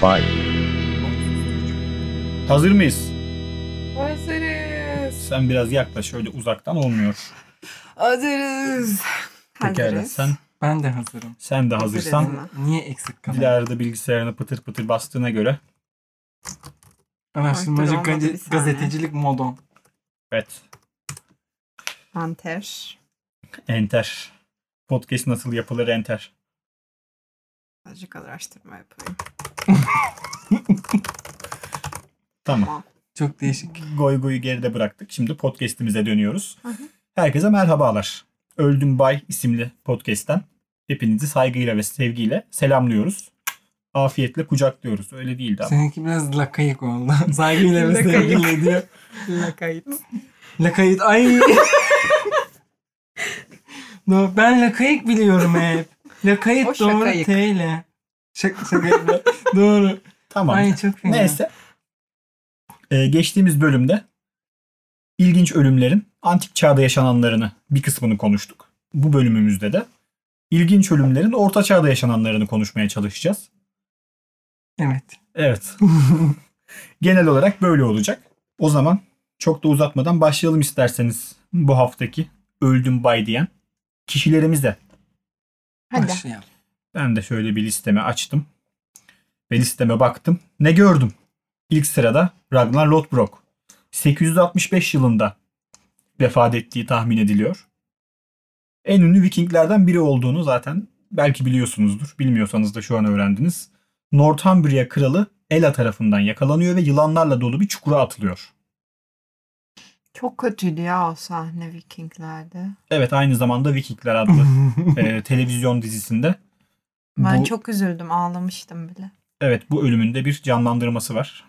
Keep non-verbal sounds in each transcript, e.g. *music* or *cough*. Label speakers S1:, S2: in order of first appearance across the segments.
S1: Vay. Hazır mıyız?
S2: Hazırız.
S1: Sen biraz yaklaş öyle uzaktan olmuyor.
S2: Hazırız.
S1: Pekala
S2: Hazırız.
S1: sen,
S3: Ben de hazırım.
S1: sen de hazırsan
S2: Hazırız.
S3: Niye eksik kalıyor?
S1: Dilara da bilgisayarına pıtır pıtır bastığına göre
S3: Araştırmacı
S2: Ay, dur, olmadı
S3: gaze-
S2: bir saniye.
S3: gazetecilik modon.
S1: evet
S2: Panter.
S1: enter. Podcast nasıl yapılır enter.
S2: Azıcık araştırma *laughs* yapayım.
S1: Tamam.
S3: Çok değişik.
S1: Goy goyu geride bıraktık. Şimdi podcast'imize dönüyoruz. Herkese merhabalar. Öldüm Bay isimli podcast'ten hepinizi saygıyla ve sevgiyle selamlıyoruz. Afiyetle kucaklıyoruz. Öyle değildi ama.
S3: Seninki biraz lakayık oldu. *laughs* Saygıyla ve
S2: Lakayık.
S3: sevgiyle diyor.
S2: La kayıt. *laughs*
S3: Lakayık. Ay. No, ben lakayık biliyorum hep.
S2: O
S3: Lakayık doğru
S2: şakayık.
S3: T ile. Şaka şaka. doğru.
S1: Tamam.
S3: Ay çok fena.
S1: Neyse. Ee, geçtiğimiz bölümde ilginç ölümlerin antik çağda yaşananlarını bir kısmını konuştuk. Bu bölümümüzde de ilginç ölümlerin orta çağda yaşananlarını konuşmaya çalışacağız.
S3: Evet.
S1: Evet. Genel olarak böyle olacak. O zaman çok da uzatmadan başlayalım isterseniz bu haftaki öldüm bay diyen kişilerimize.
S2: Hadi.
S3: Başlayalım.
S1: Ben de şöyle bir listemi açtım. Ve listeme baktım. Ne gördüm? İlk sırada Ragnar Lothbrok. 865 yılında vefat ettiği tahmin ediliyor. En ünlü Vikinglerden biri olduğunu zaten belki biliyorsunuzdur. Bilmiyorsanız da şu an öğrendiniz. Northumbria kralı Ela tarafından yakalanıyor ve yılanlarla dolu bir çukura atılıyor.
S2: Çok kötüydü ya o sahne Vikinglerde.
S1: Evet aynı zamanda Vikingler
S3: *laughs*
S1: adlı e, televizyon dizisinde
S2: Ben
S1: bu-
S2: çok üzüldüm. Ağlamıştım bile.
S1: evet bu ölümünde bir canlandırması var.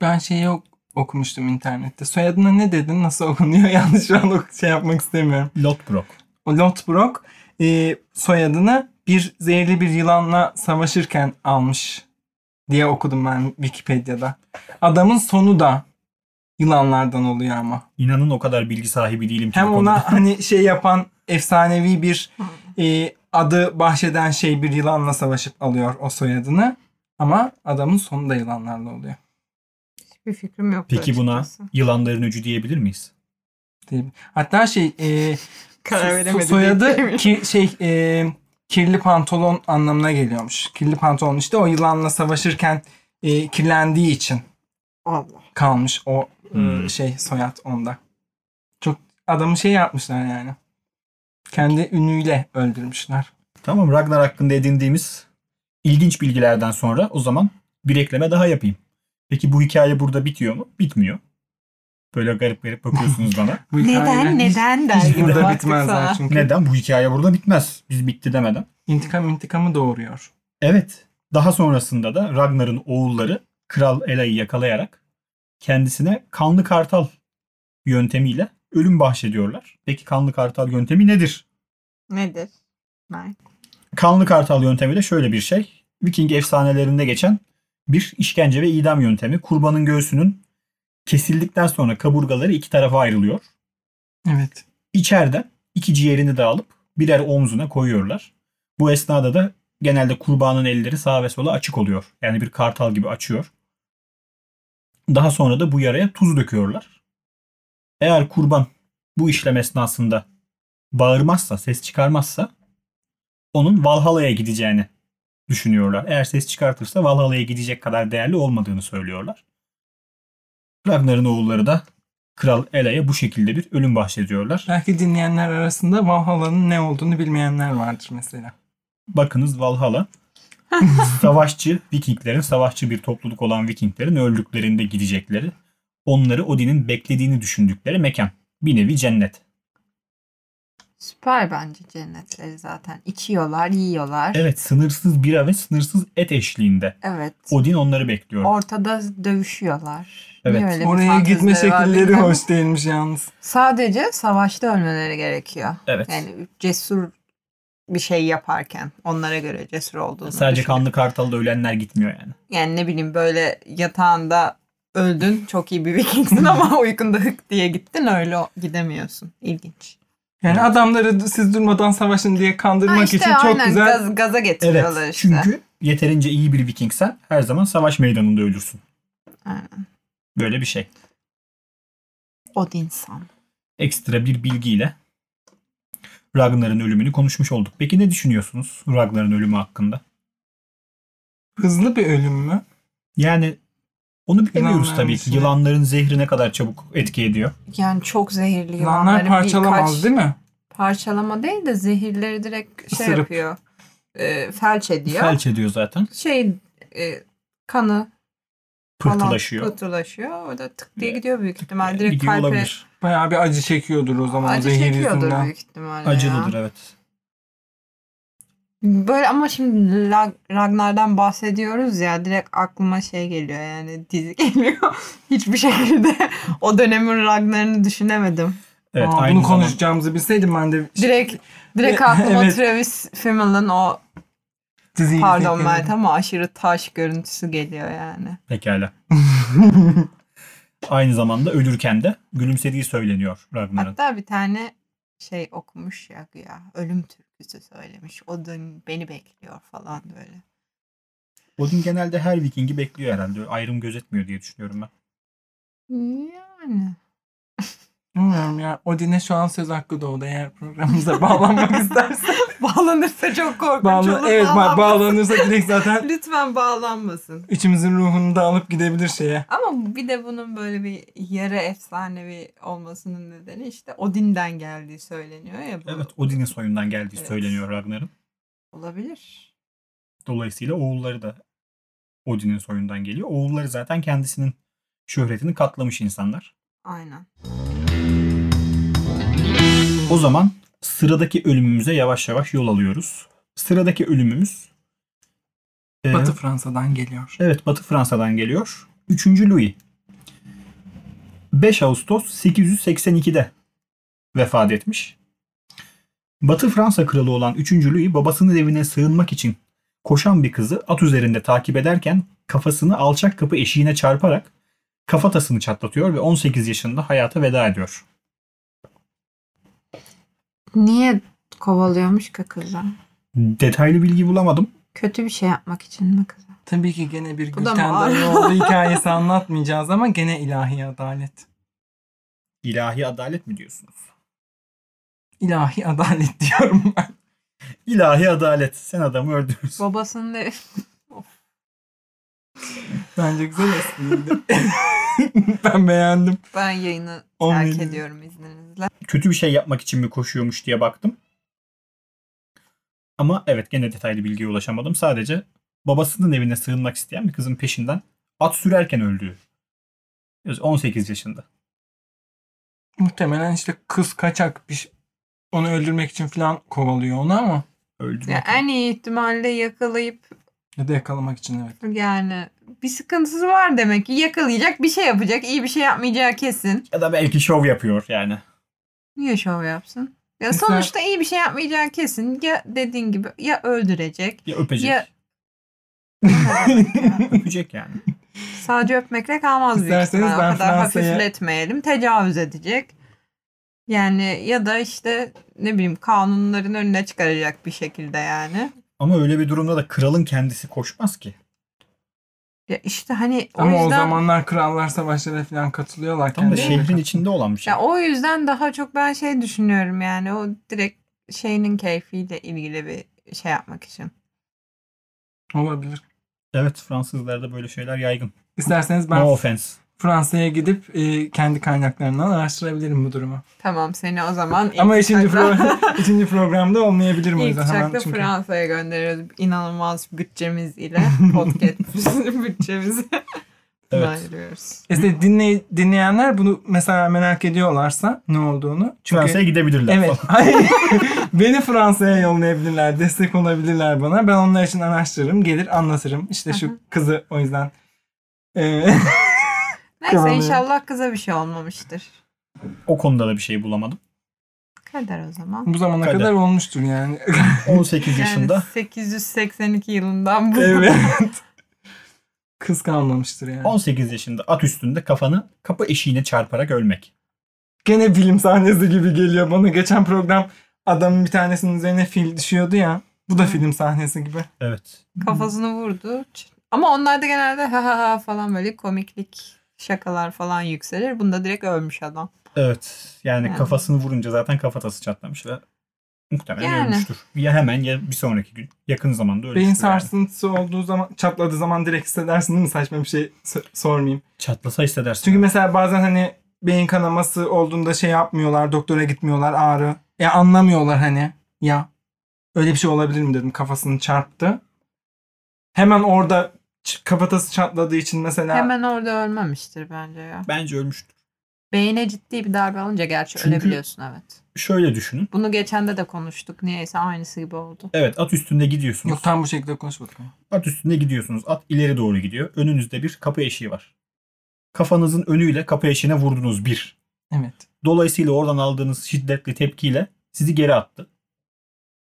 S3: ben şeyi yok okumuştum internette. Soyadına ne dedin? Nasıl okunuyor? *laughs* Yanlış şu an ok- şey yapmak istemiyorum.
S1: Lothbrok.
S3: O Lothbrok e, soyadını bir zehirli bir yılanla savaşırken almış diye okudum ben Wikipedia'da. Adamın sonu da yılanlardan oluyor ama.
S1: İnanın o kadar bilgi sahibi değilim ki.
S3: Hem
S1: bu konuda.
S3: ona hani şey yapan efsanevi bir e, adı bahşeden şey bir yılanla savaşıp alıyor o soyadını. Ama adamın sonu da yılanlarla oluyor.
S2: Hiçbir fikrim yok.
S1: Peki buna yılanların öcü diyebilir miyiz?
S3: Diye. Hatta şey e,
S2: Karar
S3: so-
S2: veremedim,
S3: soyadı
S2: bekleyemedim.
S3: ki, şey e, kirli pantolon anlamına geliyormuş. Kirli pantolon işte o yılanla savaşırken e, kirlendiği için
S2: *laughs* Allah.
S3: kalmış o e,
S1: Hmm.
S3: şey soyad onda. Çok adamı şey yapmışlar yani. Kendi ünüyle öldürmüşler.
S1: Tamam Ragnar hakkında edindiğimiz ilginç bilgilerden sonra o zaman bir ekleme daha yapayım. Peki bu hikaye burada bitiyor mu? Bitmiyor. Böyle garip garip bakıyorsunuz
S3: *laughs*
S1: bana.
S3: Bu hikayeler
S2: Neden
S3: hiç-
S2: neden der
S3: hiç *laughs*
S2: gibi
S3: burada
S2: baktık sana.
S3: bitmezler çünkü.
S1: Neden? Bu hikaye burada bitmez. Biz bitti demeden.
S3: İntikam intikamı doğuruyor.
S1: Evet. Daha sonrasında da Ragnar'ın oğulları Kral Ela'yı yakalayarak kendisine kanlı kartal yöntemiyle ölüm bahşediyorlar. Peki kanlı kartal yöntemi nedir?
S2: Nedir? Mert.
S1: Kanlı Kartal yöntemi de şöyle bir şey. Viking efsanelerinde geçen bir işkence ve idam yöntemi. Kurbanın göğsünün kesildikten sonra kaburgaları iki tarafa ayrılıyor.
S3: Evet.
S1: İçeriden iki ciğerini de alıp birer omzuna koyuyorlar. Bu esnada da genelde kurbanın elleri sağa ve sola açık oluyor. Yani bir kartal gibi açıyor. Daha sonra da bu yaraya tuz döküyorlar. Eğer kurban bu işlem esnasında bağırmazsa, ses çıkarmazsa onun Valhalla'ya gideceğini düşünüyorlar. Eğer ses çıkartırsa Valhalla'ya gidecek kadar değerli olmadığını söylüyorlar. Ragnar'ın oğulları da Kral Ela'ya bu şekilde bir ölüm bahşediyorlar.
S3: Belki dinleyenler arasında Valhalla'nın ne olduğunu bilmeyenler vardır mesela.
S1: Bakınız Valhalla *laughs* savaşçı Vikinglerin savaşçı bir topluluk olan Vikinglerin öldüklerinde gidecekleri onları Odin'in beklediğini düşündükleri mekan. Bir nevi cennet.
S2: Süper bence cennetleri zaten. İçiyorlar, yiyorlar. Evet.
S1: Evet sınırsız bira ve sınırsız et eşliğinde. Odin onları bekliyor.
S2: Ortada dövüşüyorlar.
S1: Evet.
S2: Niye öyle bir
S3: Oraya gitme
S2: fantezileri var
S3: şekilleri
S2: bilmiyorum.
S3: hoş değilmiş yalnız.
S2: Sadece savaşta ölmeleri gerekiyor.
S1: Evet.
S2: Yani cesur bir şey yaparken onlara göre cesur olduğunu
S1: Sadece
S2: düşünüyorum.
S1: kanlı kartalda ölenler gitmiyor yani.
S2: Yani ne bileyim böyle yatağında öldün çok iyi bir
S3: *laughs*
S2: vikingsin ama uykunda hık diye gittin öyle o- gidemiyorsun. İlginç.
S3: Yani
S1: Evet.
S3: adamları siz durmadan savaşın diye
S2: Ha
S3: kandırmak
S2: işte
S3: için çok
S2: aynen
S3: güzel.
S2: gaz, gaza getiriyorlar
S1: Evet.
S2: işte.
S1: Çünkü yeterince iyi bir vikingsen her zaman savaş meydanında ölürsün.
S2: Aynen.
S1: Böyle bir şey.
S2: Odinsan.
S1: Ekstra bir bilgiyle Ragnar'ın ölümünü konuşmuş olduk. Peki ne düşünüyorsunuz Ragnar'ın ölümü hakkında?
S3: Hızlı bir ölüm mü?
S1: Yani onu bilemiyoruz tabii ki.
S3: vermesi.
S1: Yılanların zehri ne kadar çabuk etki ediyor.
S2: Yani çok zehirli
S3: Yılanlar
S2: yılanların
S3: parçalamaz
S2: birkaç-
S3: değil mi?
S2: Parçalama değil de zehirleri direkt şey
S3: Isırıp.
S2: yapıyor. E, felç ediyor.
S1: Felç ediyor zaten.
S2: Şey e, kanı falan
S1: Pıhtılaşıyor.
S2: pıhtılaşıyor. O da tık diye gidiyor büyük ihtimal. Direkt
S1: Gidiyor
S2: kalbe
S1: olabilir.
S3: Bayağı bir acı çekiyordur o zaman
S2: acı
S3: zehir
S2: çekiyordur
S3: yüzünden.
S2: büyük ihtimalle ya.
S1: Acılıdır evet.
S2: Böyle ama şimdi Lag- Ragnar'dan bahsediyoruz ya direkt aklıma şey geliyor yani dizi *laughs* geliyor. Hiçbir şekilde o dönemin Ragnar'ını düşünemedim.
S1: Evet
S3: Aa,
S1: aynı
S3: bunu
S1: zamanda-
S3: konuşacağımızı bilseydim ben de
S2: Direkt direkt
S3: Evet.
S2: aklıma Travis Fimmel'ın o
S3: diziyi
S2: pardon Mert
S3: izleyecektim.
S2: ama aşırı taş görüntüsü geliyor yani.
S1: Pekala. Aynı zamanda ölürken de gülümsediği söyleniyor Ragnar'ın.
S2: Hatta bir tane şey okumuş ya güya ölüm türküsü söylemiş. O dön beni bekliyor falan böyle.
S1: Odin genelde her vikingi bekliyor herhalde. Ayrım gözetmiyor diye düşünüyorum ben.
S2: Yani.
S3: Bilmiyorum ya. Odin'e şu an söz hakkı doğdu eğer programımıza *laughs* bağlanmak istersen.
S2: *laughs* Bağlanırsa çok korkunç
S3: Bağlan
S2: olur.
S3: evet ba-
S2: Bağlanmasın.
S3: bağlanırsa direkt
S2: *laughs*
S3: zaten
S2: Lütfen bağlanmasın.
S3: üçümüzün ruhunu da alıp gidebilir şeye.
S2: Ama bir de bunun böyle bir yarı efsanevi olmasının nedeni işte Odin'den geldiği söyleniyor ya. Bu
S1: Evet Odin'in soyundan geldiği
S2: Evet.
S1: söyleniyor Ragnar'ın.
S2: Olabilir.
S1: Dolayısıyla oğulları da Odin'in soyundan geliyor. Oğulları zaten kendisinin şöhretini katlamış insanlar.
S2: Aynen.
S1: O zaman sıradaki ölümümüze yavaş yavaş yol alıyoruz. Sıradaki ölümümüz e,
S3: Batı Fransa'dan geliyor.
S1: Evet Batı Fransa'dan geliyor. 3. Louis. 5 Ağustos 882'de vefat etmiş. Batı Fransa kralı olan 3. Louis babasının evine sığınmak için koşan bir kızı at üzerinde takip ederken kafasını alçak kapı eşiğine çarparak kafatasını çatlatıyor ve 18 yaşında hayata veda ediyor.
S2: Niye kovalıyormuş ki kızı?
S1: Detaylı bilgi bulamadım.
S2: Kötü bir şey yapmak için mi kızı?
S3: Tabii ki gene bir
S2: Bu da mı
S3: Gülten
S2: ağır? *laughs*
S3: Dayıoğlu hikayesi anlatmayacağız ama gene ilahi adalet.
S1: İlahi adalet mi diyorsunuz?
S3: İlahi adalet *laughs* diyorum ben.
S1: İlahi adalet. Sen adamı öldürürsün.
S2: Babasının evi.
S3: Bence güzel espriydi. *laughs* ben beğendim.
S2: Ben yayını
S3: On
S2: terk
S3: milyon.
S2: ediyorum izninizle.
S1: kötü bir şey yapmak için mi koşuyormuş diye baktım. Ama evet gene detaylı bilgiye ulaşamadım. Sadece babasının evine sığınmak isteyen bir kızın peşinden at sürerken öldüğü. 18 yaşında.
S3: Muhtemelen işte kız kaçak bir şey- onu öldürmek için falan kovalıyor onu ama
S1: Öldü.
S2: Ya en iyi ihtimalle yakalayıp
S3: ya da yakalamak için evet.
S2: yani bir sıkıntısı var demek ki. Yakalayacak bir şey yapacak. iyi bir şey yapmayacağı kesin.
S1: Ya da belki şov yapıyor yani.
S2: Niye şov yapsın? Ya
S3: Mesela-
S2: sonuçta iyi bir şey yapmayacağı kesin. Ya dediğin gibi ya öldürecek.
S3: *laughs*
S1: Ya öpecek.
S2: Ya-
S1: Öpecek yani.
S2: Sadece öpmekle kalmaz büyük
S3: İsterseniz
S2: ihtimalle.
S3: ben
S2: O kadar
S3: Fransa'ya-
S2: hafifletmeyelim. Tecavüz edecek. Yani ya da işte ne bileyim kanunların önüne çıkaracak bir şekilde yani.
S1: Ama öyle bir durumda da kralın kendisi koşmaz ki.
S2: Ya işte hani o
S3: ama o
S2: yüzden
S3: zamanlar krallar savaşlara falan katılıyorlar.
S1: Tam da
S3: kendileri
S1: şehrin
S3: katılıyor.
S1: içinde olan bir şey.
S2: ya o yüzden daha çok ben şey düşünüyorum yani o direkt şeyinin keyfiyle ilgili bir şey yapmak için.
S3: Olabilir.
S1: Evet Fransızlarda böyle şeyler yaygın.
S3: İsterseniz ben
S1: No offense.
S3: Fransa'ya gidip e, kendi kaynaklarından araştırabilirim bu durumu.
S2: Tamam seni o zaman ilk
S3: Ama üçüncü,
S2: uçakla- *laughs*
S3: *laughs* pro- üçüncü programda olmayabilirim o
S2: ilk
S3: yüzden hemen
S2: uçakla
S3: çünkü.
S2: Fransa'ya gönderiyoruz inanılmaz bütçemiz
S3: *laughs*
S2: ile podcast *laughs* bütçemizi
S1: Evet.
S2: ayırıyoruz.
S3: İşte E, dinley- dinleyenler bunu mesela merak ediyorlarsa ne olduğunu. Çünkü
S1: Fransa'ya gidebilirler.
S3: Evet. *laughs*
S1: falan.
S3: Hayır. Beni Fransa'ya yollayabilirler, destek olabilirler bana. Ben onlar için araştırırım, gelir anlatırım. İşte şu kızı o yüzden. Ee,
S2: Neyse
S3: Tamam, evet.
S2: inşallah kıza bir şey olmamıştır.
S1: O konuda da bir şey bulamadım.
S2: Kader o zaman.
S3: *laughs* bu zamana
S1: Kader.
S3: kadar olmuştur yani. *laughs*
S1: 18 yaşında.
S2: *laughs* Yani 882 yılından bu.
S3: evet. Kız kalmamıştır yani.
S1: 18 yaşında at üstünde kafanı kapı eşiğine çarparak ölmek.
S3: Gene bilim sahnesi gibi geliyor bana. Geçen program adamın bir tanesinin üzerine fil düşüyordu ya. Bu da film sahnesi gibi.
S1: Evet.
S2: *laughs* Kafasını vurdu. Ç- Ama onlarda genelde ha ha ha falan böyle komiklik şakalar falan yükselir. Bunda direkt ölmüş adam.
S1: Evet. Yani,
S2: Yani.
S1: kafasını vurunca zaten kafatası çatlamış ve muhtemelen
S2: Yani.
S1: ölmüştür. Ya hemen ya bir sonraki gün. Yakın zamanda ölmüştür.
S3: Beyin
S1: yani.
S3: sarsıntısı olduğu zaman, çatladığı zaman direkt hissedersin değil mi? Saçma bir şey so- sormayayım.
S1: Çatlasa hissedersin.
S3: Çünkü mesela bazen hani beyin kanaması olduğunda şey yapmıyorlar, doktora gitmiyorlar ağrı. Ya anlamıyorlar hani ya öyle bir şey olabilir mi dedim kafasını çarptı. Hemen orada ç- kafatası çatladığı için mesela
S2: Hemen orada ölmemiştir bence ya.
S1: Bence ölmüştür.
S2: Beyine ciddi bir darbe alınca gerçi
S1: Çünkü-
S2: ölebiliyorsun evet.
S1: Şöyle düşünün.
S2: Bunu geçen de de konuştuk. Niyeyse aynısı gibi oldu.
S1: Evet at üstünde gidiyorsunuz.
S3: yok tam bu şekilde konuşmadık ama.
S1: At üstünde gidiyorsunuz. At ileri doğru gidiyor. Önünüzde bir kapı eşiği var. Kafanızın önüyle kapı eşiğine vurdunuz bir.
S3: Evet.
S1: Dolayısıyla oradan aldığınız şiddetli tepkiyle sizi geri attı.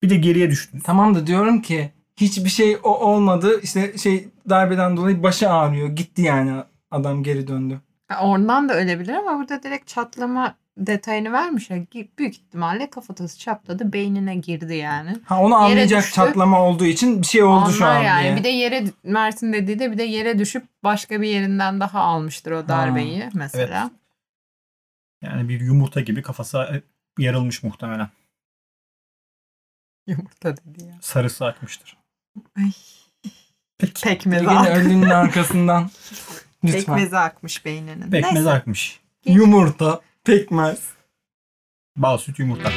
S1: Bir de geriye düştünüz.
S3: Tamam da diyorum ki hiçbir şey o olmadı. İşte şey darbeden dolayı başı ağrıyor. Gitti yani adam geri döndü.
S2: Ya Oradan da ölebilir ama burada direkt çatlama detayını vermişler. Gi- Büyük ihtimalle kafatası çatladı. Beynine girdi yani.
S3: Ha onu anlayacak
S2: düştü.
S3: çatlama olduğu için bir şey oldu şu an
S2: Anlar yani.
S3: diye.
S2: Bir de yere Mert'in dediği de bir de yere düşüp başka bir yerinden daha almıştır o darbeyi mesela.
S1: Yani bir yumurta gibi kafası yarılmış muhtemelen.
S2: *laughs* Yumurta dedi ya.
S1: Sarısı akmıştır.
S2: Ay.
S1: Peki.
S2: Pekmez *laughs*
S3: Yine ölünün arkasından. Lütfen.
S2: Pekmezi akmış beyninin.
S1: Pekmez
S2: Neyse.
S1: akmış.
S3: Yumurta, pekmez.
S1: Bal, süt, yumurta.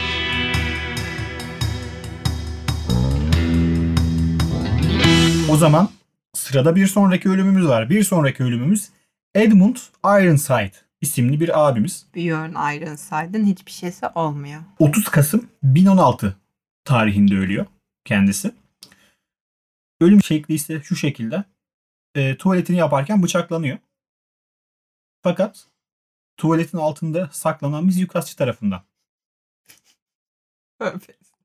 S1: O zaman sırada bir sonraki ölümümüz var. Bir sonraki ölümümüz Edmund Ironside isimli bir abimiz.
S2: Björn Ironside'ın hiçbir şeysi olmuyor.
S1: 30 Kasım 1016 tarihinde ölüyor kendisi. Ölüm şekli ise şu şekilde. E, tuvaletini yaparken bıçaklanıyor. Fakat tuvaletin altında saklanan bir suikastçı tarafından.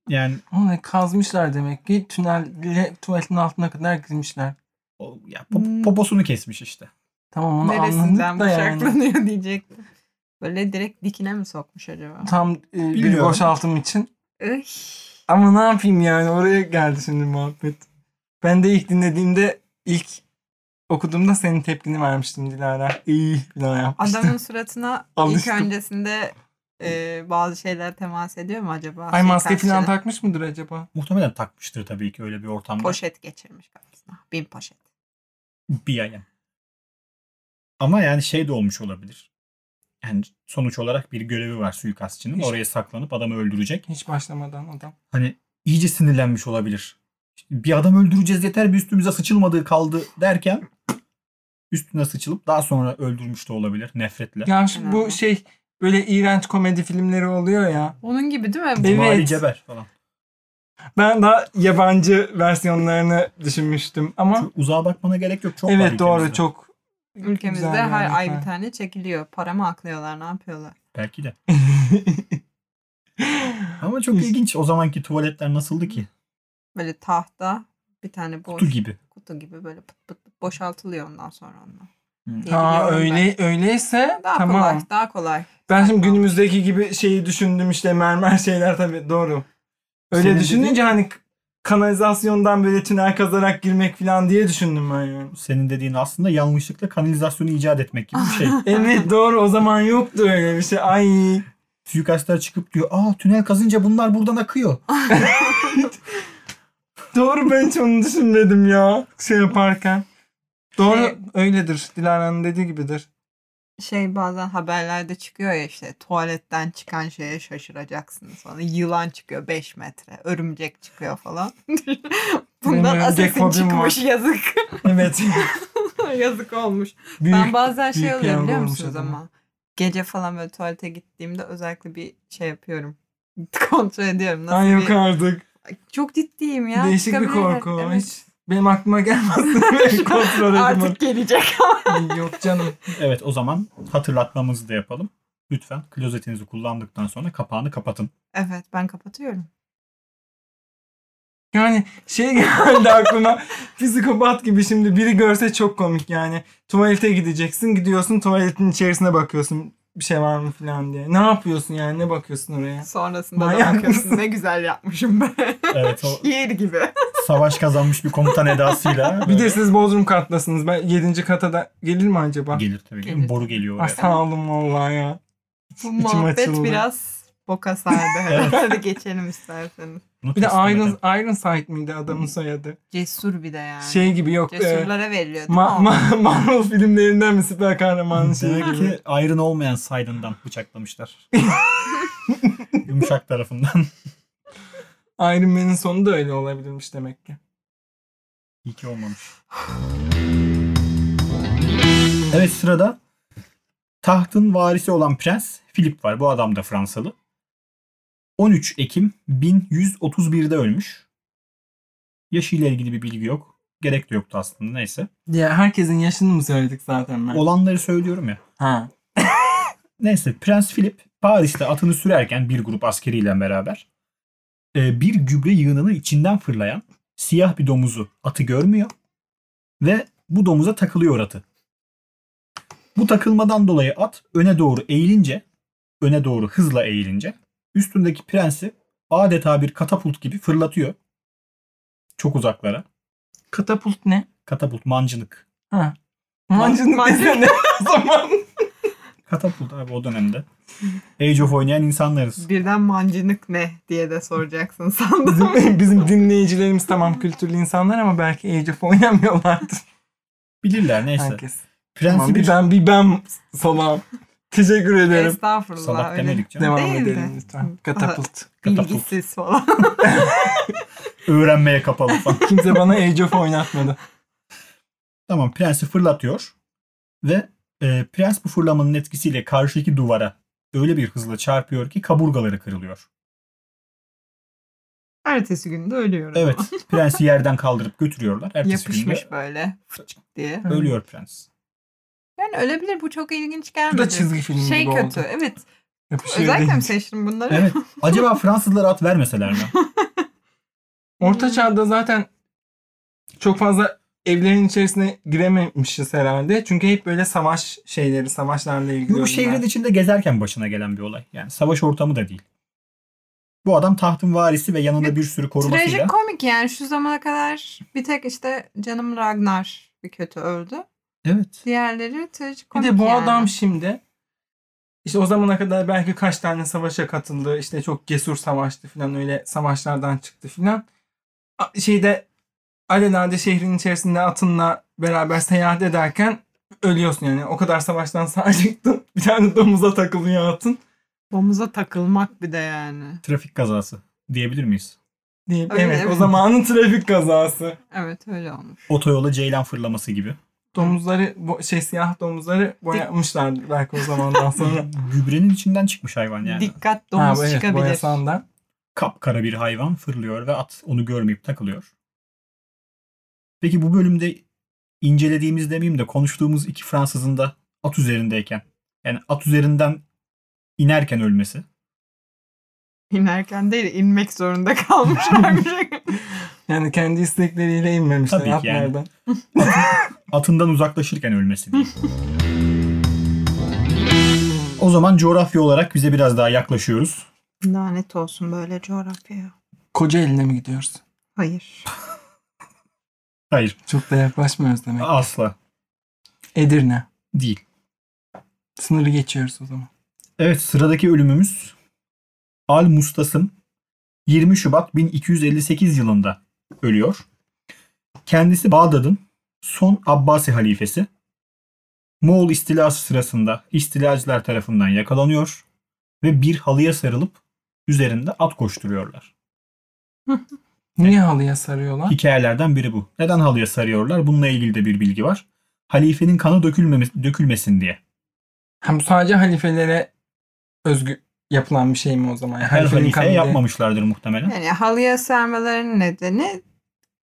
S1: Yani
S3: Onu kazmışlar demek ki. Tünelle tuvaletin altına kadar girmişler.
S1: o- ya,
S2: Hmm.
S1: pop- poposunu kesmiş işte.
S3: Tamam onu
S2: Neresinden
S3: anladık da yani.
S2: bıçaklanıyor *laughs* diyecektim. Böyle direkt dikine mi sokmuş acaba?
S3: Tam e, bir
S1: Bilmiyorum.
S3: boşaltım için.
S2: Ay.
S3: Ama ne yapayım yani oraya geldi şimdi muhabbet. Ben de ilk dinlediğimde ilk okuduğumda senin tepkini vermiştim Dilara. İyi falan yapmıştım.
S2: Adamın suratına ilk
S3: *laughs* Alıştım.
S2: öncesinde e, bazı şeyler temas ediyor mu acaba? Şey
S3: Ay maske
S2: Suikastçı
S3: falan takmış mıdır acaba?
S1: Muhtemelen takmıştır tabii ki öyle bir ortamda.
S2: Poşet geçirmiş kafasına. Bin poşet.
S1: Bir yaya. Ama yani şey de olmuş olabilir. Yani sonuç olarak bir görevi var suikastçının.
S3: İşte.
S1: Oraya saklanıp adamı öldürecek.
S3: Hiç başlamadan adam.
S1: Hani iyice sinirlenmiş olabilir. Bir adam öldüreceğiz yeter bir üstümüze sıçılmadığı kaldı derken üstüne sıçılıp daha sonra öldürmüş de olabilir nefretle.
S3: Ya şu, bu
S2: Önemli.
S3: şey böyle iğrenç komedi filmleri oluyor ya.
S2: Onun gibi değil mi?
S3: Evet.
S1: Mali Ceber falan.
S3: Ben daha yabancı versiyonlarını düşünmüştüm ama
S1: Çok uzağa bakmana gerek yok. Çok var
S3: evet doğru
S1: ülkemizde.
S3: çok
S2: Ülkemizde
S3: güzel yani,
S2: her ay
S3: evet. *laughs*
S2: bir tane çekiliyor. Para mı aklıyorlar ne yapıyorlar?
S1: Belki de. Ama çok ilginç. O zamanki tuvaletler nasıldı ki?
S2: Böyle tahta bir tane boş
S1: Kutu gibi.
S2: kutu gibi böyle pıt pıt pıt boşaltılıyor ondan sonra onlar.
S1: Hmm.
S2: diye
S3: Aa
S2: biliyorum ben.
S3: öyle öyleyse
S2: Daha
S3: tamam.
S2: kolay, daha kolay.
S3: Ben şimdi
S2: Tamam.
S3: günümüzdeki gibi şeyi düşündüm işte mermer şeyler tabii doğru. Öyle
S1: Senin
S3: düşününce
S1: dediğin-
S3: hani kanalizasyondan böyle tünel kazarak girmek falan diye düşündüm ben yani.
S1: Senin dediğin aslında yanlışlıkla kanalizasyonu icat etmek gibi bir
S3: *laughs*
S1: şey.
S2: *laughs*
S3: Evet doğru o zaman yoktu öyle bir şey. Ay
S1: Suikastlar çıkıp diyor aa tünel kazınca bunlar buradan akıyor.
S3: doğru ben hiç onu düşünmedim ya şey yaparken. Doğru
S2: Şey-
S3: öyledir Dilara'nın dediği gibidir.
S2: Şey bazen haberlerde çıkıyor ya işte tuvaletten çıkan şeye şaşıracaksınız falan. Yılan çıkıyor 5 metre, örümcek çıkıyor falan. *laughs* Bundan
S3: Benim örümcek
S2: asesin
S3: fobim var.
S2: çıkmış yazık. *laughs*
S3: Evet.
S2: yazık olmuş.
S3: *laughs* Büyük
S2: ben bazen şey
S3: büyük
S2: oluyor
S3: yanı
S2: biliyor
S3: olmuş
S2: musunuz
S3: adama.
S2: ama gece falan böyle tuvalete gittiğimde özellikle bir şey yapıyorum. *laughs* Kontrol ediyorum nasıl
S3: Ay yok
S2: bir...
S3: artık.
S2: Çok ciddiyim ya.
S3: Değişik bir
S2: çıkabilirler.
S3: korku.
S2: Evet.
S3: Hiç benim aklıma gelmezdi. *laughs*
S2: *laughs*
S3: Ben kontrol edemem.
S2: Artık gelecek.
S3: Yok canım.
S1: Evet o zaman hatırlatmamızı da yapalım. Lütfen klozetinizi kullandıktan sonra kapağını
S3: *laughs*
S1: kapatın.
S2: Evet ben kapatıyorum.
S3: Yani şey geldi aklıma. Psikopat gibi şimdi biri görse çok komik yani. Tuvalete gideceksin. Gidiyorsun tuvaletin içerisine bakıyorsun. bir şey var mı falan diye. Ne yapıyorsun yani ne bakıyorsun oraya?
S2: Sonrasında da
S3: Manyak
S2: bakıyorsun ne güzel yapmışım
S3: *laughs*
S2: be.
S1: Evet o
S2: *laughs* Şiir gibi.
S1: savaş kazanmış bir komutan edasıyla.
S3: *laughs* Bir de siz Bodrum katlasınız. Ben 7. kata da gelir mi acaba?
S1: gelir tabii. ki.
S2: Gelir.
S1: Boru geliyor oraya.
S3: Aslan oğlum vallahi ya.
S2: Bu
S3: İçim
S2: muhabbet
S3: açıldı.
S2: biraz boka
S3: *laughs*
S2: sardı. herhalde. Hadi geçelim isterseniz.
S1: Bunu
S3: Bir de
S1: teslim eder.
S3: Iron, Iron Sight miydi adamın soyadı?
S2: Cesur bir de yani.
S3: Şey gibi yok. E,
S2: Cesurlara veriliyor değil
S3: ma,
S2: mi? o?
S3: ma, *laughs* Marvel filmlerinden bir süper kahraman şeyi
S1: Demek
S3: gibi.
S1: ki ayrın olmayan Siren'dan
S3: *laughs*
S1: bıçaklamışlar. Yumuşak tarafından. *laughs*
S3: Iron Man'in sonu da öyle olabilirmiş demek ki.
S1: İyi ki olmamış. Evet sırada tahtın varisi olan prens Philip var. Bu adam da Fransalı. 13 Ekim 1131'de ölmüş. Yaşıyla ilgili bir bilgi yok. Gerek de yoktu aslında neyse.
S3: Ya herkesin yaşını mı söyledik zaten ben?
S1: Olanları söylüyorum ya.
S3: ha.
S1: Neyse Prens Philip Paris'te atını sürerken bir grup askeriyle beraber e, bir gübre yığınının içinden fırlayan siyah bir domuzu atı görmüyor ve bu domuza takılıyor atı. Bu takılmadan dolayı at öne doğru eğilince, öne doğru hızla eğilince üstündeki prensi adeta bir katapult gibi fırlatıyor. Çok uzaklara.
S3: Katapult ne?
S1: Katapult, mancınık.
S3: Ha. Mancınık
S2: mancınık.
S3: desene
S2: *laughs*
S3: o zaman.
S1: Katapult abi o
S3: *laughs*
S1: dönemde. Age of oynayan insanlarız.
S2: *laughs* Birden mancınık ne diye de soracaksın sandım. *laughs*
S3: Bizim, *laughs* bizim dinleyicilerimiz tamam kültürlü insanlar ama belki Age of oynamıyorlardır
S1: Bilirler neyse.
S3: herkes.
S1: Prensi
S3: Tamam,
S1: bir
S3: bir ben bir ben salam. Teşekkür ederim.
S2: Estağfurullah.
S1: Salak
S2: öyle
S1: demedik canım.
S3: Devam
S2: Değil de.
S3: edelim lütfen. Katapult.
S1: Katapult.
S2: Bilgisiz *laughs* falan.
S1: Öğrenmeye kapalı falan. *laughs*
S3: Kimse bana Age of oynatmadı.
S1: tamam prensi fırlatıyor ve e, prens bu fırlamanın etkisiyle karşıdaki duvara öyle bir hızla çarpıyor ki kaburgaları kırılıyor.
S2: Ertesi gün de ölüyorum. *laughs*
S1: Evet prensi yerden kaldırıp götürüyorlar. Ertesi
S2: Yapışmış böyle fıçık diye.
S1: günde ölüyor prens.
S2: Yani ölebilir bu çok ilginç gelmedi.
S3: Bu da çizgi film
S2: Şey
S3: gibi
S2: kötü.
S3: oldu.
S2: Evet.
S3: Yapışıyor
S2: Özellikle mi
S3: değil.
S2: seçtim bunları?
S1: Evet acaba Fransızlara at vermeseler
S2: *laughs*
S1: mi?
S3: Orta çağda zaten çok fazla evlerin içerisine girememişiz herhalde. Çünkü hep böyle savaş şeyleri, savaşlarla ilgili.
S1: Bu
S3: oyunlar.
S1: şehrin içinde gezerken başına gelen bir olay. Yani savaş ortamı da değil. Bu adam tahtın varisi ve yanında bir sürü korumasıyla.
S2: Trajikomik komik yani şu zamana kadar bir tek işte canım Ragnar bir kötü öldü.
S1: Evet.
S2: Diğerleri trajik
S3: Bir
S2: komik
S3: de bu
S2: yani.
S3: adam şimdi işte o zamana kadar belki kaç tane savaşa katıldı. işte çok cesur savaştı falan öyle savaşlardan çıktı falan. A- Şeyde alelade şehrin içerisinde atınla beraber seyahat ederken ölüyorsun yani. O kadar savaştan sağ çıktın. *laughs* Bir tane domuza takılıyor atın.
S2: Domuza takılmak bir de yani.
S1: Trafik kazası diyebilir miyiz?
S3: Deyip,
S2: Öyle,
S3: evet, o
S2: evet.
S3: zamanın trafik kazası.
S2: Evet öyle olmuş.
S1: Otoyola ceylan fırlaması gibi.
S3: Domuzları bo- şey siyah domuzları boyamışlardı belki o zamandan sonra.
S1: Gübrenin içinden çıkmış hayvan yani.
S2: Dikkat *laughs* domuz
S3: bu evet,
S2: çıkabilir.
S3: boyasandan.
S1: kapkara bir hayvan fırlıyor ve at onu görmeyip takılıyor. Peki bu bölümde incelediğimiz demeyeyim de konuştuğumuz iki Fransızın da at üzerindeyken yani at üzerinden inerken ölmesi.
S2: İnerken değil inmek zorunda
S3: *laughs*
S2: kalmışlar bir şey.
S3: Yani kendi istekleriyle inmemişler
S1: Tabii ki yani.
S3: atlardan.
S1: Atından uzaklaşırken ölmesi değil. o zaman coğrafya olarak bize biraz daha yaklaşıyoruz.
S2: Lanet olsun böyle coğrafya.
S3: Koca eline mi gidiyoruz?
S2: Hayır.
S1: Hayır
S3: Çok da yaklaşmıyoruz demek.
S1: asla
S3: Edirne.
S1: değil.
S3: Sınırı geçiyoruz o zaman.
S1: Evet sıradaki ölümümüz Al Mustasım 20 Şubat 1258 yılında ölüyor. Kendisi Bağdat'ın son Abbasi halifesi. Moğol istilası sırasında istilacılar tarafından yakalanıyor ve bir halıya sarılıp üzerinde at koşturuyorlar.
S3: Niye halıya sarıyorlar?
S1: Hikayelerden biri bu. Neden halıya sarıyorlar? Bununla ilgili de bir bilgi var. Halifenin kanı dökülmemesi, dökülmesin diye.
S3: Hem bu sadece halifelere özgü yapılan bir şey mi o zaman? Yani
S1: Her
S3: halifenin kanı
S1: halifeye
S3: diye-
S1: yapmamışlardır muhtemelen.
S2: Yani Hani halıya sermelerinin nedeni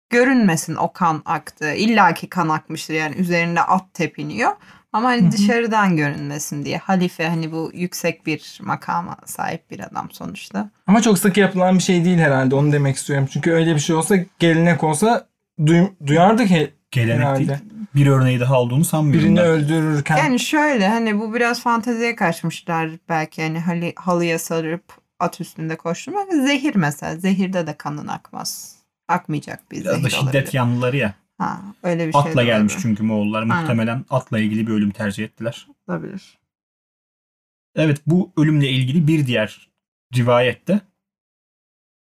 S2: görünmesin o kan aktı. İlla ki kan akmıştır yani üzerinde at tepiniyor. Ama
S3: Hı
S2: hani
S3: hı.
S2: dışarıdan görünmesin diye. Halife hani bu yüksek bir makama sahip bir adam sonuçta.
S3: Ama çok sık yapılan bir şey değil herhalde. Onu demek istiyorum. Çünkü öyle bir şey olsa gelenek olsa duy- duyardık he-
S1: Gelenek değil.
S3: herhalde.
S1: bir örneği daha olduğunu sanmıyorum.
S3: Birini
S1: ben.
S3: öldürürken
S2: Yani şöyle hani bu biraz fanteziye kaçmışlar belki hani hali, halıya sarıp at üstünde koşturmak. Zehir mesela. Zehirde de kanın akmaz. Akmayacak bir
S1: Biraz
S2: zehir
S1: da şiddet
S2: olabilir.
S1: yanlıları ya.
S2: Ha, öyle bir şey
S1: Atla
S2: de
S1: gelmiş
S2: olabilir.
S1: çünkü Moğollar.
S2: Aynen.
S1: Muhtemelen atla ilgili bir ölüm tercih ettiler.
S2: olabilir.
S1: Evet bu ölümle ilgili bir diğer rivayette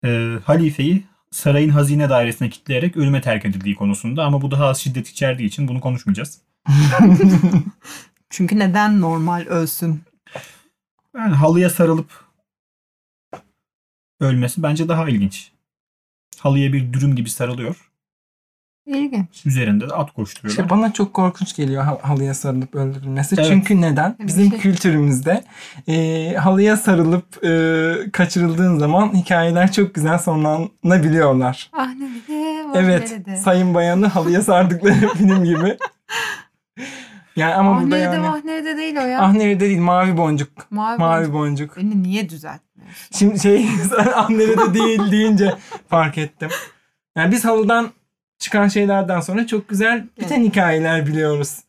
S1: e, halifeyi sarayın hazine dairesine kilitleyerek ölüme terk edildiği konusunda ama bu daha az şiddet içerdiği için bunu konuşmayacağız.
S2: Çünkü neden normal ölsün?
S1: Yani halıya sarılıp ölmesi bence daha ilginç. Halıya bir dürüm gibi sarılıyor.
S2: İlginç.
S1: Üzerinde de at koşturuyor.
S3: İşte bana çok korkunç geliyor hal- halıya sarılıp öldürülmesi.
S1: Evet.
S3: Çünkü neden?
S2: Bir
S3: Bizim
S2: şey-
S3: kültürümüzde e, halıya sarılıp e, kaçırıldığın zaman hikayeler çok güzel sonlanabiliyorlar.
S2: Ah ne bileyim.
S3: evet, Sayın Bayan'ı
S2: *laughs*
S3: halıya sardıkları film gibi. Yani ama burada yani ah,
S2: nerede değil o ya.
S3: nerede değil mavi boncuk.
S2: mavi,
S3: Mavi boncuk.
S2: Beni niye düzeltmiyorsun?
S3: Şimdi şey *laughs* sen ah nerede değil deyince fark ettim. Yani biz halıdan çıkan şeylerden sonra çok güzel biten hikayeler biliyoruz.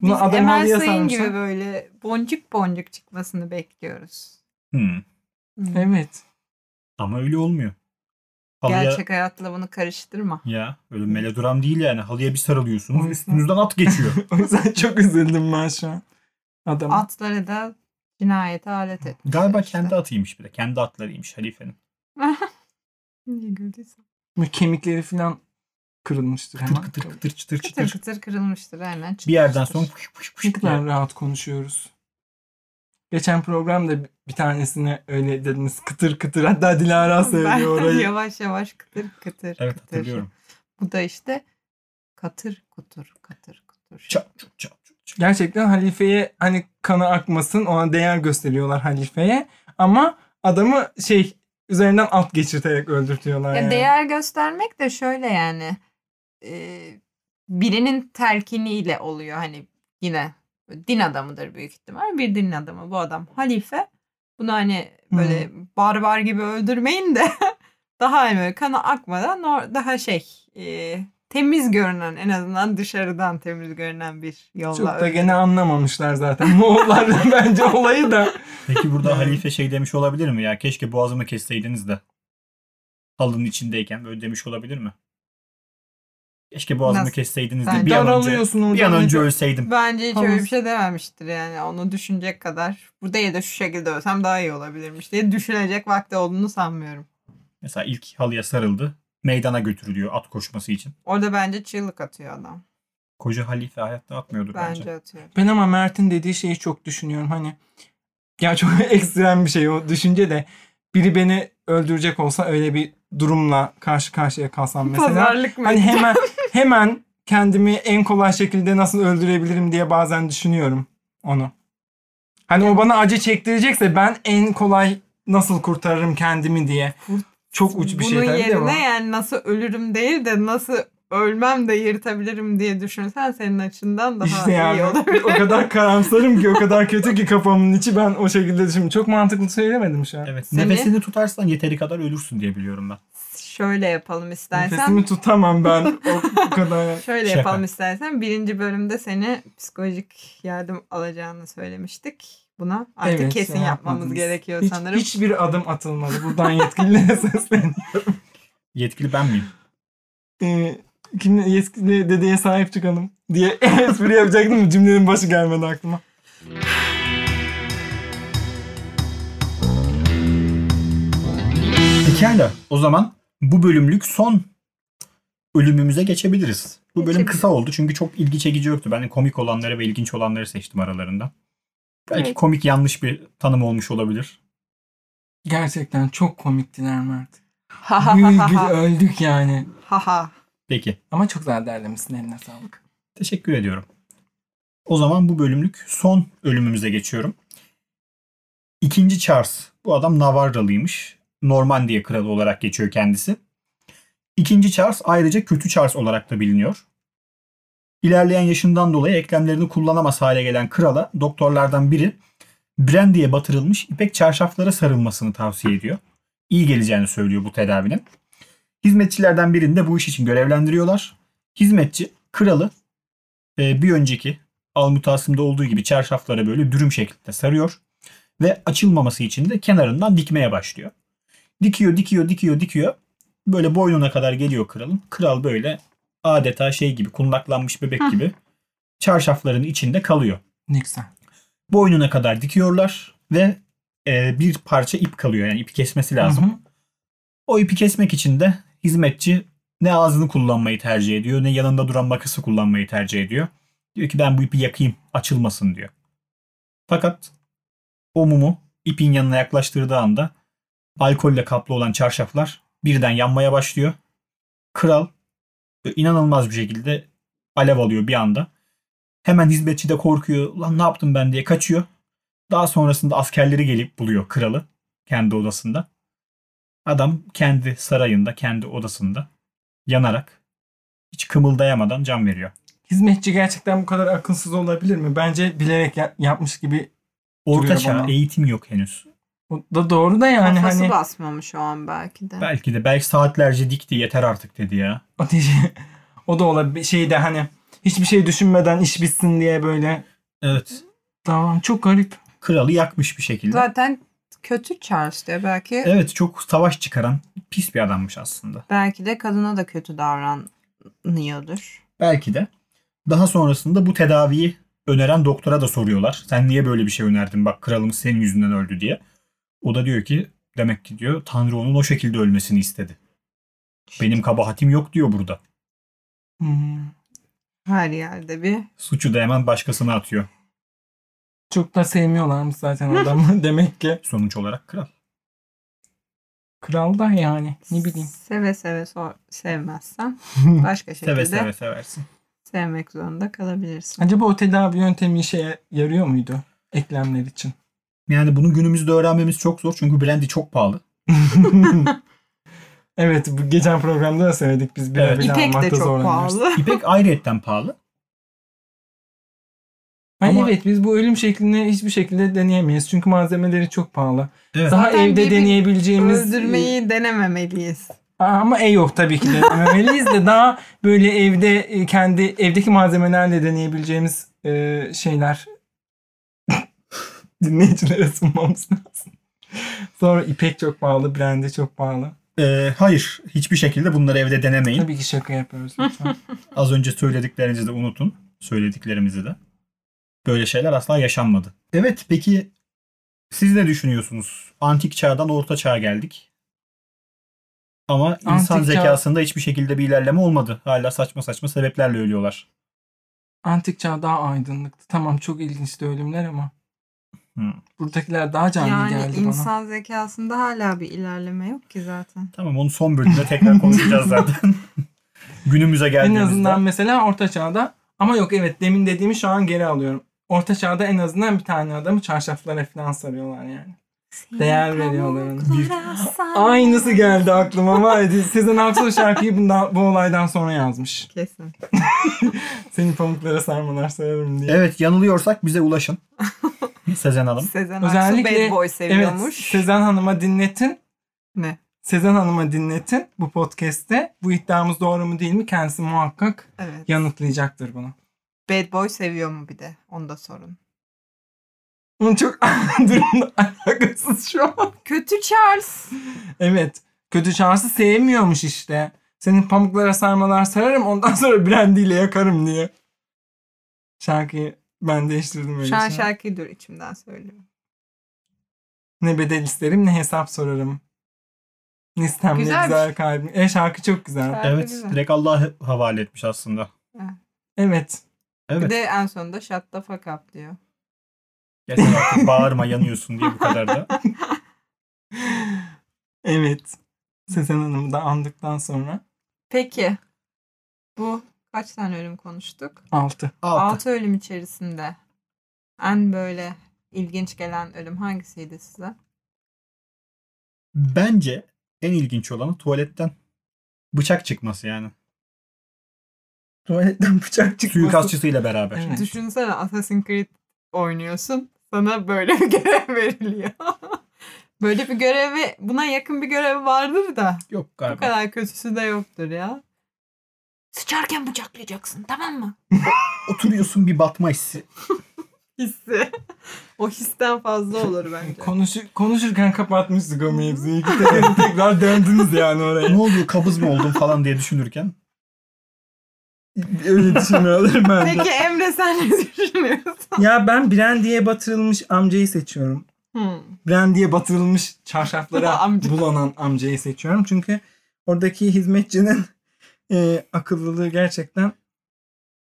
S3: Bunu
S2: Biz
S3: adam
S2: Emel
S3: halıya
S2: Sayın
S3: sarmışlar.
S2: gibi böyle boncuk boncuk çıkmasını bekliyoruz.
S1: Hmm.
S3: Evet. *laughs*
S1: Ama öyle olmuyor. Halıya,
S2: Gerçek hayatla bunu karıştırma.
S1: Ya öyle melodram değil yani. Halıya bir sarılıyorsunuz.
S3: Oysa-
S1: Üstünüzden at geçiyor. *laughs*
S3: O yüzden çok üzüldüm ben şu an. Adam.
S2: Atları da cinayete alet et.
S1: Galiba
S2: İşte.
S1: kendi atıymış bir de. Kendi atlarıymış halifenin.
S2: Niye güldüysem.
S3: Kemikleri falan kırılmıştır hemen.
S1: Kıtır kıtır kıtır çıtır
S2: Kıtır
S1: çıtır.
S2: kıtır kırılmıştır aynen.
S1: Bir yerden sonra
S2: çıkmıştır.
S1: fış fış fış
S3: Ne
S1: diye.
S3: kadar rahat konuşuyoruz. Geçen programda bir tanesine öyle dediniz kıtır kıtır. Hatta Dilara
S2: Ben
S3: söylüyor orayı.
S2: *laughs* yavaş yavaş kıtır kıtır
S1: Evet
S2: kıtır.
S1: hatırlıyorum.
S2: Bu da işte katır kutur katır kutur.
S1: Çap çup çap çup çup.
S3: Gerçekten halifeye hani kanı akmasın ona değer gösteriyorlar halifeye. Ama adamı şey üzerinden at geçirterek öldürtüyorlar.
S2: Ya
S3: yani.
S2: değer göstermek de şöyle yani e, birinin telkiniyle oluyor hani yine din adamıdır büyük ihtimal bir din adamı bu adam halife bunu hani böyle barbar gibi öldürmeyin de *laughs* daha hani böyle kanı akmadan or- daha şey e, temiz görünen en azından dışarıdan temiz görünen bir yolla
S3: Çok da
S2: öldürün.
S3: gene anlamamışlar zaten. *laughs* Moğollar da bence olayı da.
S1: Peki burada
S3: Yani.
S1: halife şey demiş olabilir mi ya? Keşke boğazımı kesseydiniz de. Halının içindeyken böyle demiş olabilir mi? Keşke boğazımı
S2: Nasıl?
S1: kesseydiniz de
S2: Yani
S1: bir an önce,
S3: daralıyorsun
S1: bir
S3: oradan.
S1: an önce ölseydim.
S2: Bence hiç öyle
S3: Havuz.
S2: bir şey dememiştir yani. Onu düşünecek kadar. Bu değil de şu şekilde ölsem daha iyi olabilirmiş diye düşünecek vakti olduğunu sanmıyorum.
S1: Mesela ilk halıya sarıldı. Meydana götürülüyor at koşması için.
S2: Orada bence çığlık atıyor adam.
S1: Koca halife hayatta atmıyordur bence.
S2: Bence atıyor.
S3: Ben ama Mert'in dediği şeyi çok düşünüyorum. Hani ya çok *laughs* ekstrem bir şey o düşünce de biri beni öldürecek olsa öyle bir durumla karşı karşıya kalsam mesela.
S2: Pazarlık mı? *laughs*
S3: Hani hemen hemen kendimi en kolay şekilde nasıl öldürebilirim diye bazen düşünüyorum onu. Hani o bana acı çektirecekse ben en kolay nasıl kurtarırım kendimi diye.
S2: Kurt-
S3: Çok uç bir şey
S2: Bunun
S3: tabii de bu.
S2: yerine yani nasıl ölürüm değil de nasıl ölmem de yırtabilirim diye düşünsen senin açından daha
S3: İşte
S2: iyi
S3: yani
S2: olabilir.
S3: o kadar karamsarım ki o kadar kötü ki kafamın içi ben o şekilde düşünüyorum. Çok mantıklı söylemedim şu an.
S1: Evet.
S2: Seni-
S1: Nefesini tutarsan yeteri kadar ölürsün diye biliyorum ben.
S2: *laughs* Şöyle yapalım istersen.
S3: Nefesimi
S2: *laughs*
S3: tutamam ben o, o kadar.
S2: Şöyle
S1: Şaka.
S2: yapalım istersen. Birinci bölümde seni psikolojik yardım alacağını söylemiştik. Buna artık
S3: Evet,
S2: kesin
S3: şey
S2: yapmamız
S3: yapmadınız.
S2: gerekiyor
S3: Hiç-
S2: sanırım.
S3: Hiçbir adım atılmadı. Buradan yetkililere *laughs* sesleniyorum.
S1: Yetkili ben miyim?
S3: Ee, kim yetkili dedeye sahip çıkalım diye *laughs* espri yapacaktım. Cümlenin başı gelmedi aklıma.
S1: Pekala. O zaman bu bölümlük son ölümümüze geçebiliriz. Bu bölüm
S2: Geçebiliriz.
S1: kısa oldu çünkü çok ilgi çekici yoktu. Ben komik olanları ve ilginç olanları seçtim aralarından. Belki
S2: Evet.
S1: komik yanlış bir tanım olmuş olabilir.
S3: Gerçekten çok komiktiler Mert.
S2: Ha ha ha ha ha.
S3: öldük yani.
S2: Ha ha.
S1: Peki.
S3: Ama çok güzel derlemişsin eline sağlık.
S1: Teşekkür ediyorum. O zaman bu bölümlük son ölümümüze geçiyorum. İkinci Charles. Bu adam Navarralıymış. Normandiya kralı olarak geçiyor kendisi. İkinci Charles ayrıca kötü Charles olarak da biliniyor. İlerleyen yaşından dolayı eklemlerini kullanamaz hale gelen krala doktorlardan biri brandy'ye batırılmış ipek çarşaflara sarılmasını tavsiye ediyor. İyi geleceğini söylüyor bu tedavinin. Hizmetçilerden birini de bu iş için görevlendiriyorlar. Hizmetçi kralı e, bir önceki Almutasım'da olduğu gibi çarşaflara böyle dürüm şeklinde sarıyor ve açılmaması için de kenarından dikmeye başlıyor. Dikiyor, dikiyor, dikiyor, dikiyor. Böyle boynuna kadar geliyor kralın. Kral böyle adeta şey gibi kunlaklanmış bebek
S2: Hı.
S1: gibi çarşafların içinde kalıyor.
S3: Ne güzel.
S1: Boynuna kadar dikiyorlar ve e, bir parça ip kalıyor. Yani ipi kesmesi lazım.
S3: Hı hı.
S1: O ipi kesmek için de hizmetçi ne ağzını kullanmayı tercih ediyor ne yanında duran makası kullanmayı tercih ediyor. Diyor ki ben bu ipi yakayım açılmasın diyor. Fakat o mumu ipin yanına yaklaştırdığı anda alkolle kaplı olan çarşaflar birden yanmaya başlıyor. Kral e, inanılmaz bir şekilde alev alıyor bir anda. Hemen hizmetçi de korkuyor. Lan ne yaptım ben diye kaçıyor. Daha sonrasında askerleri gelip buluyor kralı kendi odasında. Adam kendi sarayında, kendi odasında yanarak hiç kımıldayamadan can veriyor.
S3: Hizmetçi gerçekten bu kadar akılsız olabilir mi? Bence bilerek ya- yapmış gibi.
S1: Orta
S3: Duruyor
S1: çağ
S3: bana.
S1: eğitim yok henüz.
S3: O da doğru da yani
S2: Kafası
S3: hani
S2: basmamış o an belki de.
S1: Belki de belki saatlerce dikti yeter artık dedi ya.
S3: o, değil- *laughs* o da olabilir. Şey de hani hiçbir şey düşünmeden iş bitsin diye böyle.
S1: Evet.
S3: Tamam çok garip.
S1: Kralı yakmış bir şekilde.
S2: Zaten kötü Charles diye belki
S1: Evet çok savaş çıkaran pis bir adammış aslında.
S2: belki de kadına da kötü davranıyordur.
S1: Belki de. Daha sonrasında bu tedaviyi öneren doktora da soruyorlar. Sen niye böyle bir şey önerdin bak kralımız senin yüzünden öldü diye. O da diyor ki demek ki diyor Tanrı onun o şekilde ölmesini istedi. Benim kabahatim yok diyor burada.
S3: Hmm.
S2: Her yerde bir
S1: Suçu da hemen başkasına atıyor.
S3: Çok da
S2: *laughs*
S3: sevmiyorlarmış zaten adamı *laughs* demek ki.
S1: Sonuç olarak kral.
S3: Kral da yani ne bileyim.
S2: Seve seve sor-
S3: *laughs*
S2: sevmezsen başka şekilde
S1: Seve seve seversin.
S2: sevmek zorunda kalabilirsin.
S3: Acaba o tedavi yöntemi işe yarıyor muydu eklemler için?
S1: Yani bunu günümüzde öğrenmemiz çok zor çünkü brandy çok pahalı.
S3: *laughs* evet bu geçen programda da söyledik biz bir
S1: Evet.
S3: evet.
S2: İpek de çok pahalı.
S1: İpek ayrıyetten pahalı. Ama-
S3: evet biz bu ölüm şeklini hiçbir şekilde deneyemeyiz. Çünkü malzemeleri çok pahalı.
S1: Evet.
S3: Daha
S2: Zaten
S3: evde
S2: gibi
S3: deneyebileceğimiz...
S2: Öldürmeyi denememeliyiz.
S3: Aa, Ama e yok tabii ki de denememeliyiz de daha böyle evde e, kendi evdeki malzemelerle deneyebileceğimiz e, şeyler *laughs* dinleyicilere sunmamız lazım. Sonra ipek çok pahalı, brandy çok pahalı.
S1: Ee, hayır hiçbir şekilde bunları evde denemeyin.
S3: Tabii ki şaka yapıyoruz
S2: *laughs*
S3: lütfen.
S1: Az önce söylediklerinizi de unutun. Söylediklerimizi de. Böyle şeyler asla yaşanmadı. Evet peki siz ne düşünüyorsunuz? Antik çağdan orta çağa geldik. Ama insan
S3: Antik çağ-
S1: zekasında hiçbir şekilde bir ilerleme olmadı. Hala saçma saçma sebeplerle ölüyorlar.
S3: Antik çağ daha aydınlıktı. Tamam çok ilginçti ölümler ama.
S1: Hmm.
S3: Buradakiler daha canlı
S2: yani
S3: geldi bana.
S2: insan zekasında hala bir ilerleme yok ki zaten.
S1: Tamam onu son bölümde tekrar konuşacağız
S3: *laughs*
S1: zaten. Günümüze
S3: En
S1: geldiğimizde.
S3: azından mesela orta çağda ama yok evet demin dediğimi şu an geri alıyorum. Orta çağda en azından bir tane adamı çarşaflara falan sarıyorlar yani. Değer veriyorlar ona. Aynısı geldi aklıma ama Sezen Aksu şarkıyı bundan, bu olaydan sonra yazmış.
S2: Kesin.
S3: Seni pamuklara sarmalar sararım diye.
S1: Evet yanılıyorsak bize ulaşın. Sezen Hanım.
S2: Sezen
S3: Özellikle-
S2: Aksu bad boy
S3: Evet,
S2: seviyormuş.
S3: Sezen Hanım'a dinletin.
S2: Ne?
S3: Sezen Hanım'a dinletin bu podcast'te. Bu iddiamız doğru mu değil mi? Kendisi muhakkak
S2: Evet.
S3: yanıtlayacaktır bunu.
S2: Bad boy seviyor mu bir de? Onu da sorun.
S3: Bunun çok *laughs* durumla alakasız *laughs* şu an.
S2: Kötü Charles.
S3: Evet. Kötü şansı sevmiyormuş işte. Senin pamuklara sarmalar sararım ondan sonra brandiyle yakarım diye. Şarkıyı ben değiştirdim öyle.
S2: Şu an
S3: şey.
S2: şarkıyı dur içimden söylüyorum.
S3: Ne bedel isterim ne hesap sorarım. Nistem ne
S2: Güzelmiş.
S3: güzel kalbim. E şarkı çok güzel.
S2: Şarkı
S1: Evet
S2: güzel.
S1: direkt Allah'a havale etmiş aslında.
S3: Evet. *laughs*
S1: Evet.
S2: Bir de en sonunda shut the fuck up diyor.
S1: Yeter artık bağırma yanıyorsun diye bu kadar
S3: *laughs*
S1: da.
S3: Evet. Sezen Hanım'ı da andıktan sonra
S2: Peki. Bu kaç tane ölüm konuştuk?
S3: 6.
S1: Altı.
S2: 6 ölüm içerisinde en böyle ilginç gelen ölüm hangisiydi size?
S1: Bence en ilginç olanı tuvaletten bıçak çıkması yani.
S3: Tuvaletten bıçak çıkması.
S1: Suikastçısıyla beraber.
S3: Evet.
S2: Düşünsene Assassin's Creed oynuyorsun. Sana böyle bir *laughs* görev veriliyor. *laughs* böyle bir görevi, buna yakın bir görev vardır da
S1: Yok
S2: bu
S1: galiba.
S2: kadar kötüsü de yoktur ya. Sıçarken bıçaklayacaksın tamam mı?
S1: Oturuyorsun bir batma hissi.
S2: Hissi. *laughs* o histen fazla olur
S3: *laughs*
S2: bence.
S3: Konuşu- konuşurken kapatmış sigara mevzuyu.
S2: *laughs*
S3: Tekrar, tekrar döndünüz yani oraya.
S1: Ne oldu kabız mı oldum falan diye düşünürken.
S3: Öyle düşünmüyorum ben de.
S2: Peki Emre sen ne düşünüyorsun? *laughs*
S3: Ya ben Brandy'ye batırılmış amcayı seçiyorum.
S2: Hmm.
S3: Brandy'ye batırılmış çarşaflara
S2: Amca.
S3: bulanan amcayı seçiyorum. Çünkü oradaki hizmetçinin e, akıllılığı gerçekten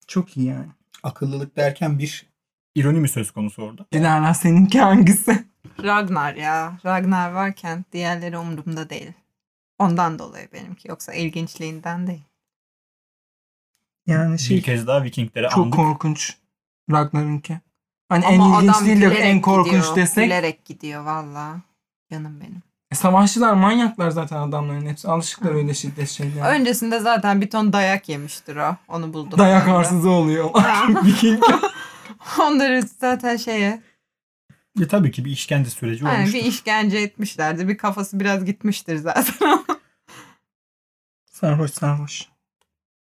S3: çok iyi yani.
S1: Akıllılık derken bir ironi mi söz konusu orada?
S3: Dilara seninki hangisi?
S2: Ragnar ya. Ragnar varken diğerleri umurumda değil. Ondan dolayı benimki. Yoksa ilginçliğinden değil.
S3: Yani şey
S1: bir kez daha Vikinglere
S3: çok
S1: andık.
S3: korkunç Ragnar'ınki. Hani
S2: Ama
S3: en ilginç
S2: adam
S3: değil de
S2: bilerek
S3: en korkunç
S2: gidiyor,
S3: desek.
S2: Bilerek gidiyor valla. Canım benim.
S3: E, Savaşçılar manyaklar zaten adamların hepsi. Alışıklar öyle şiddet şeyler. *laughs*
S2: Öncesinde zaten bir ton dayak yemiştir o. Onu bulduk.
S3: Dayak
S2: sonra.
S3: arsızı oluyor. *laughs*
S2: Ha.
S3: Viking.
S2: Onları zaten şeye
S1: E, tabii ki bir işkence süreci
S2: hani
S1: olmuştur.
S2: bir işkence etmişlerdi. Bir kafası biraz gitmiştir zaten. *laughs*
S3: sarhoş sarhoş.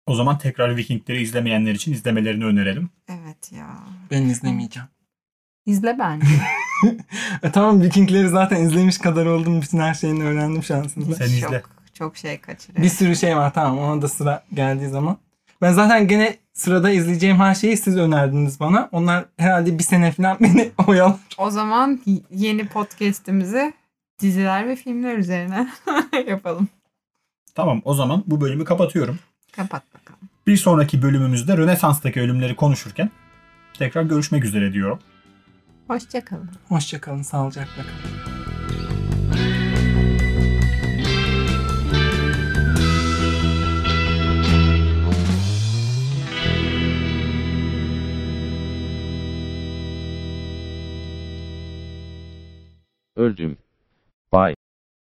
S1: O zaman tekrar Vikingleri izlemeyenler için izlemelerini önerelim.
S2: evet ya.
S3: Ben izlemeyeceğim.
S2: İzle bence.
S3: E, tamam Vikingleri zaten izlemiş kadar oldum. Bütün her şeyini öğrendim şansınızla.
S1: Sen izle.
S2: Çok, çok şey kaçırıyor.
S3: Bir sürü şey var tamam ona da sıra geldiği zaman. Ben zaten gene sırada izleyeceğim her şeyi siz önerdiniz bana. Onlar herhalde bir sene falan beni *laughs* oyalar.
S2: O zaman y- yeni podcast'imizi diziler ve filmler üzerine *laughs* yapalım.
S1: Tamam o zaman bu bölümü kapatıyorum.
S2: Kapat bakalım.
S1: Bir sonraki bölümümüzde Rönesans'taki ölümleri konuşurken tekrar görüşmek üzere diyorum.
S2: Hoşçakalın.
S3: Hoşçakalın sağlıcakla kalın.
S4: Öldüm.